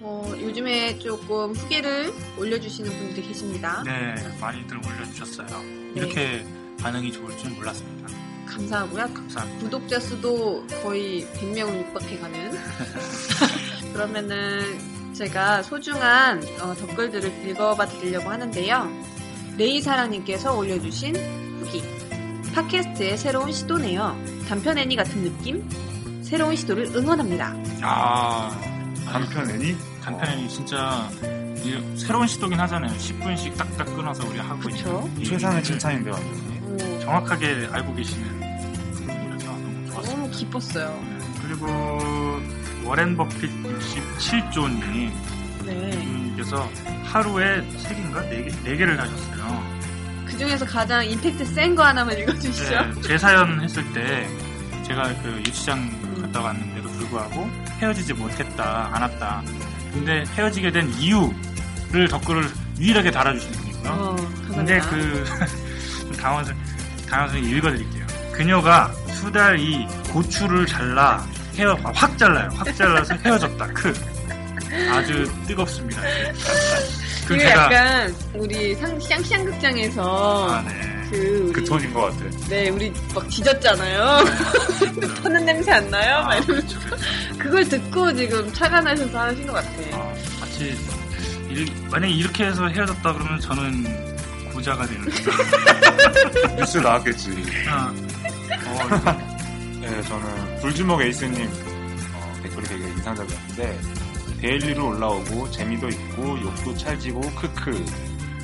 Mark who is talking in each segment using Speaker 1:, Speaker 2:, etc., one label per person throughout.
Speaker 1: 어, 요즘에 조금 후기를 올려주시는 분들이 계십니다.
Speaker 2: 네, 많이들 올려주셨어요.
Speaker 1: 네.
Speaker 2: 이렇게 반응이 좋을 줄 몰랐습니다.
Speaker 1: 감사하고요.
Speaker 2: 감사합니다.
Speaker 1: 구독자 수도 거의 100명 육박해 가는. 그러면은 제가 소중한 어, 댓글들을 읽어봐 드리려고 하는데요. 레이사라님께서 올려주신 후기. 팟캐스트의 새로운 시도네요. 단편 애니 같은 느낌? 새로운 시도를 응원합니다.
Speaker 2: 야
Speaker 3: 단편 애니? 어.
Speaker 2: 단편이 아, 진짜 이- 새로운 시도긴 하잖아요. 10분씩 딱딱 끊어서 우리 하고
Speaker 1: 그쵸.
Speaker 2: 있는 이
Speaker 3: 최상의
Speaker 2: 일을
Speaker 3: 칭찬인데 완전.
Speaker 1: 오,
Speaker 2: 정확하게 알고 계시는 분이라서 너무 좋았습니다.
Speaker 1: 너무 기뻤어요.
Speaker 2: 네, 그리고 워렌 버핏 67조님
Speaker 1: 네.
Speaker 2: 음. 님께서 하루에 세 개인가 네 개를 하셨어요.
Speaker 1: 그 중에서 가장 임팩트 센 거 하나만 읽어주시죠.
Speaker 2: 네, 제 사연 했을 때 제가 그 유치장 갔다 왔는데도 불구하고 헤어지지 못했다, 안았다. 근데 헤어지게 된 이유를 댓글을 유일하게 달아주신 분이고요.
Speaker 1: 어, 감사합니다.
Speaker 2: 음. 근데 그 좀 당황스러 당황스러운 읽어드릴게요. 그녀가 수달 이 고추를 잘라 헤어 아, 확 잘라요. 확 잘라서 헤어졌다. 크 아주 뜨겁습니다.
Speaker 1: 이거
Speaker 2: 그 제가
Speaker 1: 약간 우리 상, 샹샹 극장에서
Speaker 2: 아, 네.
Speaker 1: 그, 우리,
Speaker 3: 그 톤인 것 같아.
Speaker 1: 네 우리 막 지졌잖아요. 터는 냄새 안 나요? 막
Speaker 2: 음. 아,
Speaker 1: 이러면서
Speaker 2: 그렇죠, 그렇죠.
Speaker 1: 그걸 듣고 지금 차가 나셔서 하신 것 같아.
Speaker 2: 아, 마치 일- 만약에 이렇게 해서 헤어졌다 그러면 저는 고자가 되는
Speaker 3: 뉴스 나왔겠지.
Speaker 2: 아, 어,
Speaker 3: 네, 저는 불주먹 에이스님 어, 댓글이 되게 인상적이었는데 데일리로 올라오고 재미도 있고 욕도 찰지고 크크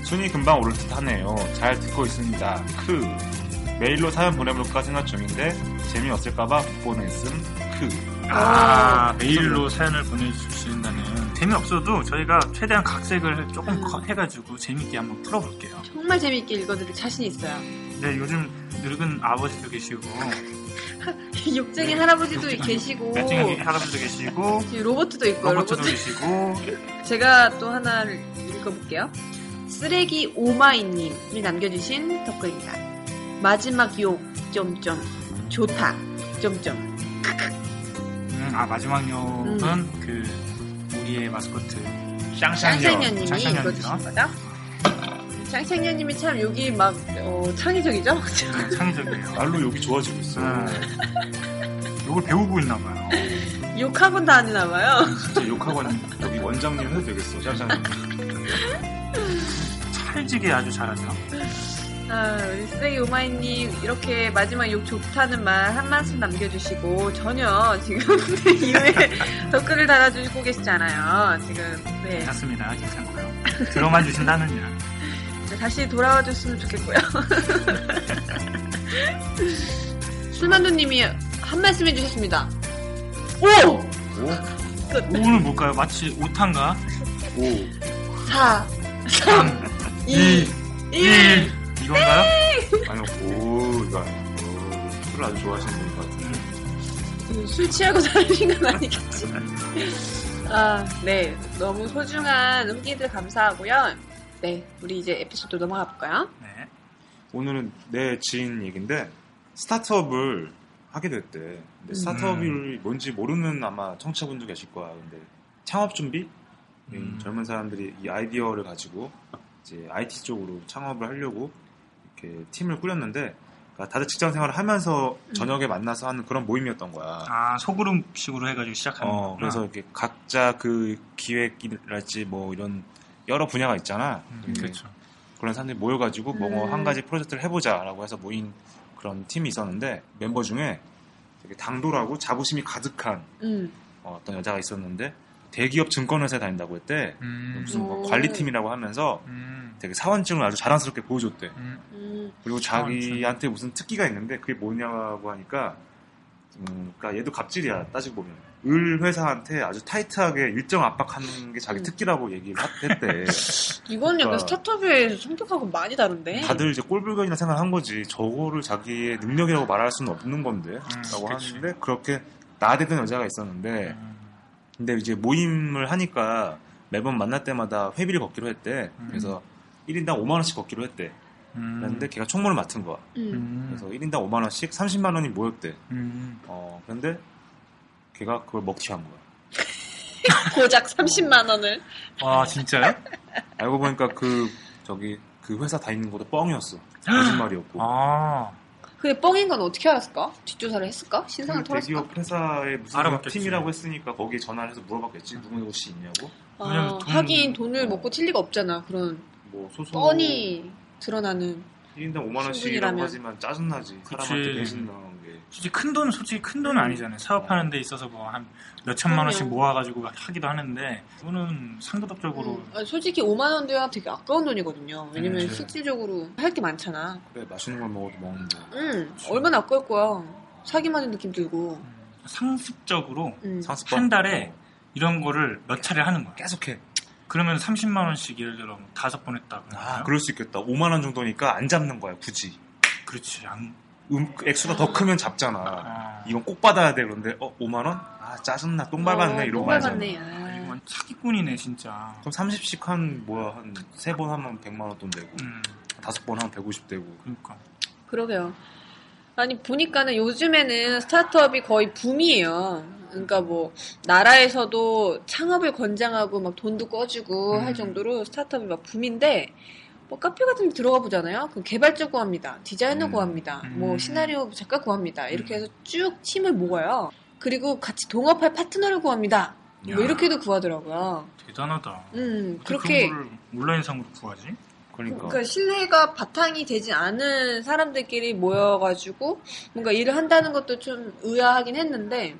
Speaker 3: 순위 금방 오를 듯하네요. 잘 듣고 있습니다. 크 메일로 사연 보내볼까 생각 중인데 재미없을까봐 보냈음 크
Speaker 2: 아, 메일로 사연을 보내주신다는 재미없어도 저희가 최대한 각색을 조금 컷 해가지고 재밌게 한번 풀어볼게요
Speaker 1: 정말 재미있게 읽어드릴 자신 있어요.
Speaker 2: 네 요즘 늙은 아버지도 계시고
Speaker 1: 욕쟁이 할아버지도
Speaker 2: 욕쟁이
Speaker 1: 계시고
Speaker 2: 나중에 할아버지도 계시고
Speaker 1: 지금 로봇도 있고요. 로봇.
Speaker 2: 로버트도 계시고
Speaker 1: 제가 또 하나를 읽어볼게요. 쓰레기 오마이님이 남겨주신 댓글입니다. 마지막 욕 점점 좋다 점점
Speaker 2: 음, 아 마지막 역은 그 우리의 마스코트
Speaker 1: 짱생년님이
Speaker 2: 짱샹녀.
Speaker 1: 읽어주신 거죠? 짱생년님이 참 욕이 막 어, 창의적이죠?
Speaker 2: 네, 창의적이에요
Speaker 3: 날로 욕이 좋아지고 있어.
Speaker 2: 이걸 배우고 있나 봐요.
Speaker 1: 욕하곤 다 하나 봐요.
Speaker 3: 진짜 욕학원 여기 원장님 해도 되겠어. 짱짱님.
Speaker 2: 찰지게 아주 잘하죠.
Speaker 1: 아, 우리 쓰레기 오마이님 이렇게 마지막 욕 좋다는 말 한 말씀 남겨주시고 전혀 지금 이후에 댓글을 달아주고 계시지 않아요. 지금 네.
Speaker 2: 괜찮습니다. 괜찮고요. 들어만 주신다면요.
Speaker 1: 네, 다시 돌아와 줬으면 좋겠고요. 술만두님이 한 말씀 해주셨습니다. 오!
Speaker 2: 오늘 뭘까요? 마치 오탄가?
Speaker 3: 오, 오.
Speaker 1: 4, 3, 2, 1.
Speaker 2: 이건가요?
Speaker 3: 아니요, 오, 이거 아니고. 술을 아주 좋아하시는 것 같은데.
Speaker 1: 음, 술 취하고 다니신 건 아니겠지. 아, 네. 너무 소중한 후기들 감사하고요. 네. 우리 이제 에피소드 넘어가 볼까요?
Speaker 2: 네.
Speaker 3: 오늘은 내 지인 얘긴데, 스타트업을 하게 됐대.
Speaker 2: 음.
Speaker 3: 근데 스타트업이
Speaker 2: 네.
Speaker 3: 뭔지 모르는 아마 청취자분도 계실 거야. 근데 창업 준비? 이
Speaker 2: 음.
Speaker 3: 젊은 사람들이 이 아이디어를 가지고 이제 IT 쪽으로 창업을 하려고 이렇게 팀을 꾸렸는데, 그러니까 다들 직장 생활을 하면서 저녁에 만나서 하는 그런 모임이었던 거야.
Speaker 2: 음. 아, 소그룹식으로 해가지고 시작하는
Speaker 3: 어,
Speaker 2: 거구나.
Speaker 3: 그래서 이렇게 각자 그 기획이랄지 뭐 이런 여러 분야가 있잖아.
Speaker 2: 음,
Speaker 3: 예,
Speaker 2: 그렇죠.
Speaker 3: 그런 사람들이 모여가지고 뭐
Speaker 1: 음.
Speaker 3: 한 가지 프로젝트를 해보자라고 해서 모인 그런 팀이 있었는데 멤버 중에 되게 당돌하고 자부심이 가득한
Speaker 1: 음.
Speaker 3: 어, 떤 여자가 있었는데 대기업 증권회사에 다닌다고 했대.
Speaker 2: 음.
Speaker 3: 무슨 뭐
Speaker 1: 오.
Speaker 3: 관리팀이라고 하면서
Speaker 2: 음.
Speaker 3: 되게 사원증을 아주 자랑스럽게 보여줬대.
Speaker 2: 음.
Speaker 1: 음.
Speaker 3: 그리고 자기한테 무슨 특기가 있는데 그게 뭐냐고 하니까 음, 그러니까 얘도 갑질이야 따지고 보면 을 회사한테 아주 타이트하게 일정 압박하는
Speaker 1: 음.
Speaker 3: 게 자기 특기라고 얘기를 하- 했대.
Speaker 1: 이건 약간
Speaker 3: 그러니까.
Speaker 1: 스타트업의 성격하고 많이
Speaker 2: 예.
Speaker 1: 다른데.
Speaker 3: 다들 이제 꼴불견이나 생각한 거지 저거를 자기의 능력이라고 말할 수는 없는 건데라고
Speaker 2: 음, 그치.
Speaker 3: 하는데 그렇게 나대던 여자가 있었는데
Speaker 2: 음,
Speaker 3: 근데 이제 모임을 하니까 매번 만날 때마다 회비를 걷기로 했대.
Speaker 2: 음.
Speaker 3: 그래서 1인당 5만 원씩 걷기로 했대.
Speaker 2: 음,
Speaker 3: 그런데 걔가 총무를 맡은 거야.
Speaker 1: 음.
Speaker 3: 그래서 1인당 5만 원씩 30만 원이 모였대.
Speaker 2: 음,
Speaker 3: 어, 그런데 걔가 그걸 먹튀한 거야. 어.
Speaker 1: 고작 30만 원을.
Speaker 2: 와 아, 진짜요?
Speaker 3: 네. 알고 보니까 그 저기 그 회사 다니는 것도 뻥이었어. 거짓말이었고.
Speaker 2: 아
Speaker 1: 근데 뻥인 건 어떻게 알았을까? 뒷조사를 했을까? 신상을
Speaker 3: 그
Speaker 1: 털었을까?
Speaker 3: 대기업 회사에 무슨
Speaker 2: 알아봤겠지.
Speaker 3: 팀이라고 했으니까 거기에 전화를 해서 물어봤겠지. 누구 혹시 있냐고.
Speaker 1: 아,
Speaker 2: 왜냐면 돈-
Speaker 1: 하긴 돈을 먹고 튈 리가 없잖아. 그런
Speaker 3: 뭐 소송
Speaker 1: 뻔히 드러나는.
Speaker 3: 1인당 5만 원씩이라고
Speaker 1: 신분이라면.
Speaker 3: 하지만 짜증나지.
Speaker 2: 그치.
Speaker 3: 사람한테 배신 나온 게.
Speaker 2: 솔직히 큰 돈, 솔직히 큰 돈 아니잖아요. 사업하는 데 있어서 뭐 한 몇천만
Speaker 1: 그럼요.
Speaker 2: 원씩 모아가지고 막 하기도 하는데, 이거는 상도덕적으로
Speaker 1: 음. 아니, 솔직히 5만 원도야 되게 아까운 돈이거든요. 왜냐면
Speaker 2: 음, 그치.
Speaker 1: 실질적으로 할 게 많잖아.
Speaker 3: 그래 맛있는 걸 먹어도 먹는데.
Speaker 1: 음, 얼마나 아까울 거야. 사기맞은 느낌 들고.
Speaker 2: 음, 상습적으로
Speaker 1: 음.
Speaker 3: 상습법.
Speaker 2: 한 달에
Speaker 3: 어,
Speaker 2: 이런 거를 몇 차례 하는 거야.
Speaker 3: 계속해.
Speaker 2: 그러면 30만 원씩 예를 들어 뭐 다섯 번 했다.
Speaker 3: 아
Speaker 2: 그러면
Speaker 3: 그럴 수 있겠다. 5만 원 정도니까 안 잡는 거야 굳이.
Speaker 2: 그렇지. 안,
Speaker 3: 음, 액수가 더 크면 잡잖아.
Speaker 2: 아,
Speaker 3: 이건 꼭 받아야 돼. 그런데 어 5만 원? 아 짜증나 똥 밟았네
Speaker 1: 어,
Speaker 3: 이러고
Speaker 1: 똥
Speaker 3: 말잖아.
Speaker 1: 밟았네.
Speaker 2: 이거
Speaker 1: 아.
Speaker 2: 완전 사기꾼이네 진짜.
Speaker 3: 그럼 30씩 한 뭐야 한 세 번 하면 100만 원 돈 되고
Speaker 2: 음,
Speaker 3: 다섯 번 하면 150 되고
Speaker 2: 그러니까.
Speaker 1: 그러게요. 아니 보니까는 요즘에는 스타트업이 거의 붐이에요. 그러니까 뭐 나라에서도 창업을 권장하고 막 돈도 꺼주고
Speaker 2: 음.
Speaker 1: 할 정도로 스타트업이 막 붐인데 뭐 카페 같은 데 들어가 보잖아요. 그 개발자 구합니다. 디자이너
Speaker 3: 음.
Speaker 1: 구합니다.
Speaker 2: 음.
Speaker 1: 뭐 시나리오 작가 구합니다. 이렇게
Speaker 2: 음.
Speaker 1: 해서 쭉 팀을 모아요. 그리고 같이 동업할 파트너를 구합니다. 뭐
Speaker 2: 야,
Speaker 1: 이렇게도 구하더라고요.
Speaker 2: 대단하다.
Speaker 1: 음
Speaker 2: 어떻게
Speaker 1: 그렇게
Speaker 2: 그런 거를 온라인상으로 구하지?
Speaker 3: 그러니까,
Speaker 1: 그러니까 신뢰가 바탕이 되지 않은 사람들끼리 모여가지고 뭔가 일을 한다는 것도 좀 의아하긴 했는데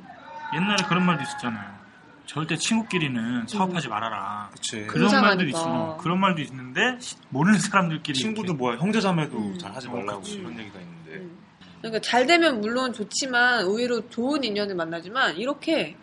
Speaker 2: 옛날에 그런 말도 있었잖아요. 절대 친구끼리는 사업하지
Speaker 1: 음.
Speaker 2: 말아라.
Speaker 3: 그치
Speaker 2: 그런 말도
Speaker 1: 굉장하니까.
Speaker 2: 있어. 그런 말도 있는데 시- 모르는 사람들끼리
Speaker 3: 친구도 뭐야 형제자매도
Speaker 1: 음.
Speaker 3: 잘 하지
Speaker 2: 어,
Speaker 3: 말라고
Speaker 2: 그치.
Speaker 3: 이런 얘기가
Speaker 2: 네.
Speaker 3: 있는데
Speaker 1: 음. 그러니까 잘 되면 물론 좋지만 의외로 좋은 인연을 만나지만 이렇게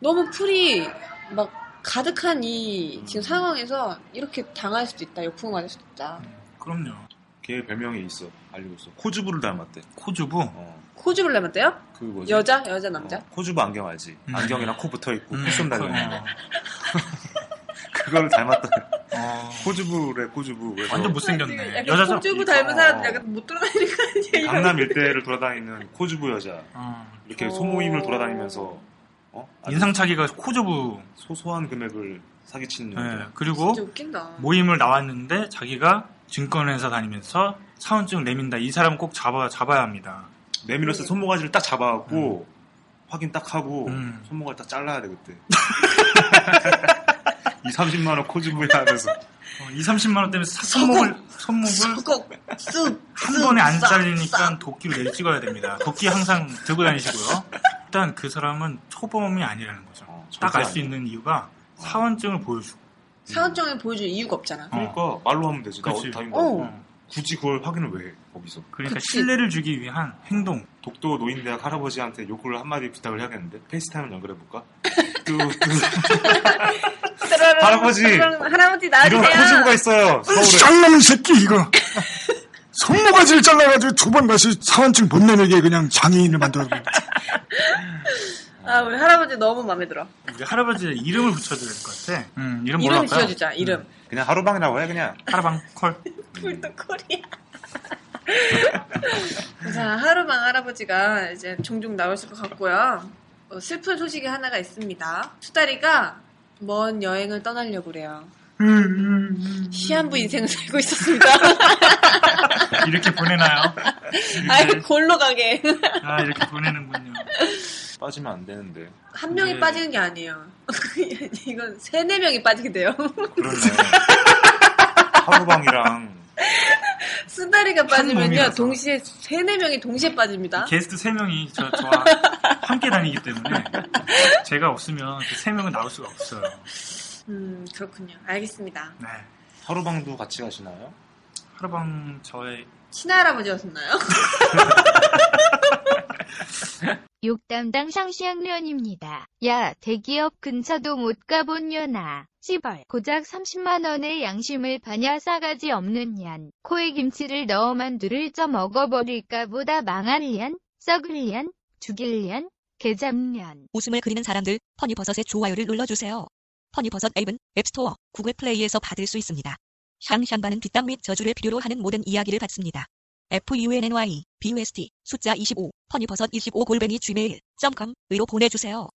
Speaker 1: 너무 풀이 막 가득한 이 지금
Speaker 3: 음.
Speaker 1: 상황에서 이렇게 당할 수도 있다 역풍 맞을 수도 있다
Speaker 2: 이렇게. 음, 그럼요.
Speaker 3: 걔 별명이 있어 알려줬어 코주부를 닮았대
Speaker 2: 코주부.
Speaker 3: 어,
Speaker 1: 코주를 닮았대요?
Speaker 3: 그 뭐지
Speaker 1: 여자 여자 남자
Speaker 3: 어, 코주부 안경 알지
Speaker 2: 음.
Speaker 3: 안경이랑 코 붙어있고
Speaker 2: 음,
Speaker 3: 코쏜 다녀
Speaker 2: 어.
Speaker 3: 그걸 닮았다
Speaker 2: 어.
Speaker 3: 코주부래 코주부 그래서
Speaker 1: 되게
Speaker 2: 완전 못생겼네.
Speaker 1: 약간
Speaker 2: 여자 사람. 어.
Speaker 1: 코주부
Speaker 3: 이거.
Speaker 1: 닮은 사람들 약간 못 돌아다니는 거 아니에요?
Speaker 3: 강남 일대를 돌아다니는 코주부 여자
Speaker 2: 어.
Speaker 3: 이렇게
Speaker 1: 어.
Speaker 3: 소모임을 돌아다니면서 어? 아주
Speaker 2: 인상차기가 코주부.
Speaker 3: 소소한 금액을 사기치는
Speaker 2: 예,
Speaker 3: 여자
Speaker 2: 그리고
Speaker 1: 진짜 웃긴다
Speaker 2: 모임을 나왔는데 자기가 증권회사 다니면서 사원증 내민다. 이 사람은 꼭 잡아 잡아야 합니다.
Speaker 3: 내밀어서
Speaker 1: 음.
Speaker 3: 손모가지를 딱 잡아갖고 확인 딱 하고
Speaker 2: 음.
Speaker 3: 손모가지 딱 잘라야 돼 그때 이 30만 원 코주부야 하면서
Speaker 2: 어, 2, 30만 원 때문에 사- 손목을 손목을
Speaker 1: 꼭 쑥,
Speaker 2: 한
Speaker 1: 쑥,
Speaker 2: 번에 안
Speaker 1: 싹,
Speaker 2: 잘리니까 도끼로 내리 찍어야 됩니다. 도끼 항상 들고 다니시고요. 일단 그 사람은 초범이 아니라는 거죠.
Speaker 3: 어,
Speaker 2: 딱
Speaker 3: 절대
Speaker 2: 알 수
Speaker 3: 아니야.
Speaker 2: 있는 이유가 사원증을 보여주고.
Speaker 1: 사원증을 보여줄 이유가 없잖아.
Speaker 3: 그러니까 말로 하면 되지 나
Speaker 2: 그치.
Speaker 3: 어디 다닌
Speaker 1: 어.
Speaker 3: 거
Speaker 2: 어,
Speaker 3: 굳이 그걸 확인을 왜 해, 거기서
Speaker 2: 그러니까
Speaker 1: 그치.
Speaker 2: 신뢰를 주기 위한 행동.
Speaker 3: 독도 노인대학 할아버지한테 욕을 한마디 부탁을 해야겠는데 페이스타임을 연결해볼까? 그, 뚜, 뚜.
Speaker 1: 따라랑,
Speaker 3: 할아버지.
Speaker 1: 따라랑, 할아버지
Speaker 3: 이런
Speaker 1: 나와주세요.
Speaker 3: 코주부가 있어요 서울에
Speaker 4: 쌍놈이 새끼 이거 손모가지를 잘라가지고 두 번 다시 사원증 못 내내게 그냥 장애인을 만들어
Speaker 1: 아 우리 할아버지 너무 마음에 들어.
Speaker 2: 우리 할아버지의 이름을 붙여줘야 될 것 같아. 음, 이름 뭘로
Speaker 1: 이름
Speaker 2: 할까요?
Speaker 1: 지어주자. 이름.
Speaker 3: 그냥 하루방이라고 해 그냥 음,
Speaker 2: 하라방 콜.
Speaker 1: 불도 코리아. 자 하루방 할아버지가 이제 종종 나오실 것 같고요. 어, 슬픈 소식이 하나가 있습니다. 수다리가 먼 여행을 떠나려고 그래요. 시한부 인생을 살고 있었습니다.
Speaker 2: 이렇게 보내나요?
Speaker 1: 아예 골로 가게.
Speaker 2: 아 이렇게 보내는군요.
Speaker 3: 빠지면 안 되는데
Speaker 1: 한 명이
Speaker 2: 네.
Speaker 1: 빠지는 게 아니에요. 이건 세네 명이 빠지게 돼요.
Speaker 3: 그러네 하루방이랑
Speaker 1: 수다리가 빠지면요
Speaker 2: 몸이라서.
Speaker 1: 동시에 세네 명이 동시에 빠집니다.
Speaker 2: 게스트 세 명이 저, 저와 함께 다니기 때문에 제가 없으면 그 세 명은 나올 수가 없어요.
Speaker 1: 음 그렇군요. 알겠습니다.
Speaker 2: 네.
Speaker 3: 하루방도 같이 가시나요?
Speaker 2: 하루방 저의
Speaker 1: 친할아버지였었나요?
Speaker 5: 욕 담당 상시학년입니다. 야, 대기업 근처도 못 가본 년아. 씨발, 고작 30만원의 양심을 반야 싸가지 없는 년. 코에 김치를 넣어 만두를 쪄 먹어버릴까 보다 망할 년, 썩을 년, 죽일 년, 개잡년.
Speaker 6: 웃음을 그리는 사람들, 퍼니버섯의 좋아요를 눌러주세요. 퍼니버섯 앱은 앱스토어, 구글 플레이에서 받을 수 있습니다. 샹샹바는 뒷담 및 저주를 필요로 하는 모든 이야기를 받습니다. funny, bust, 숫자 25, 퍼니버섯 25 골뱅이 gmail.com으로 보내주세요.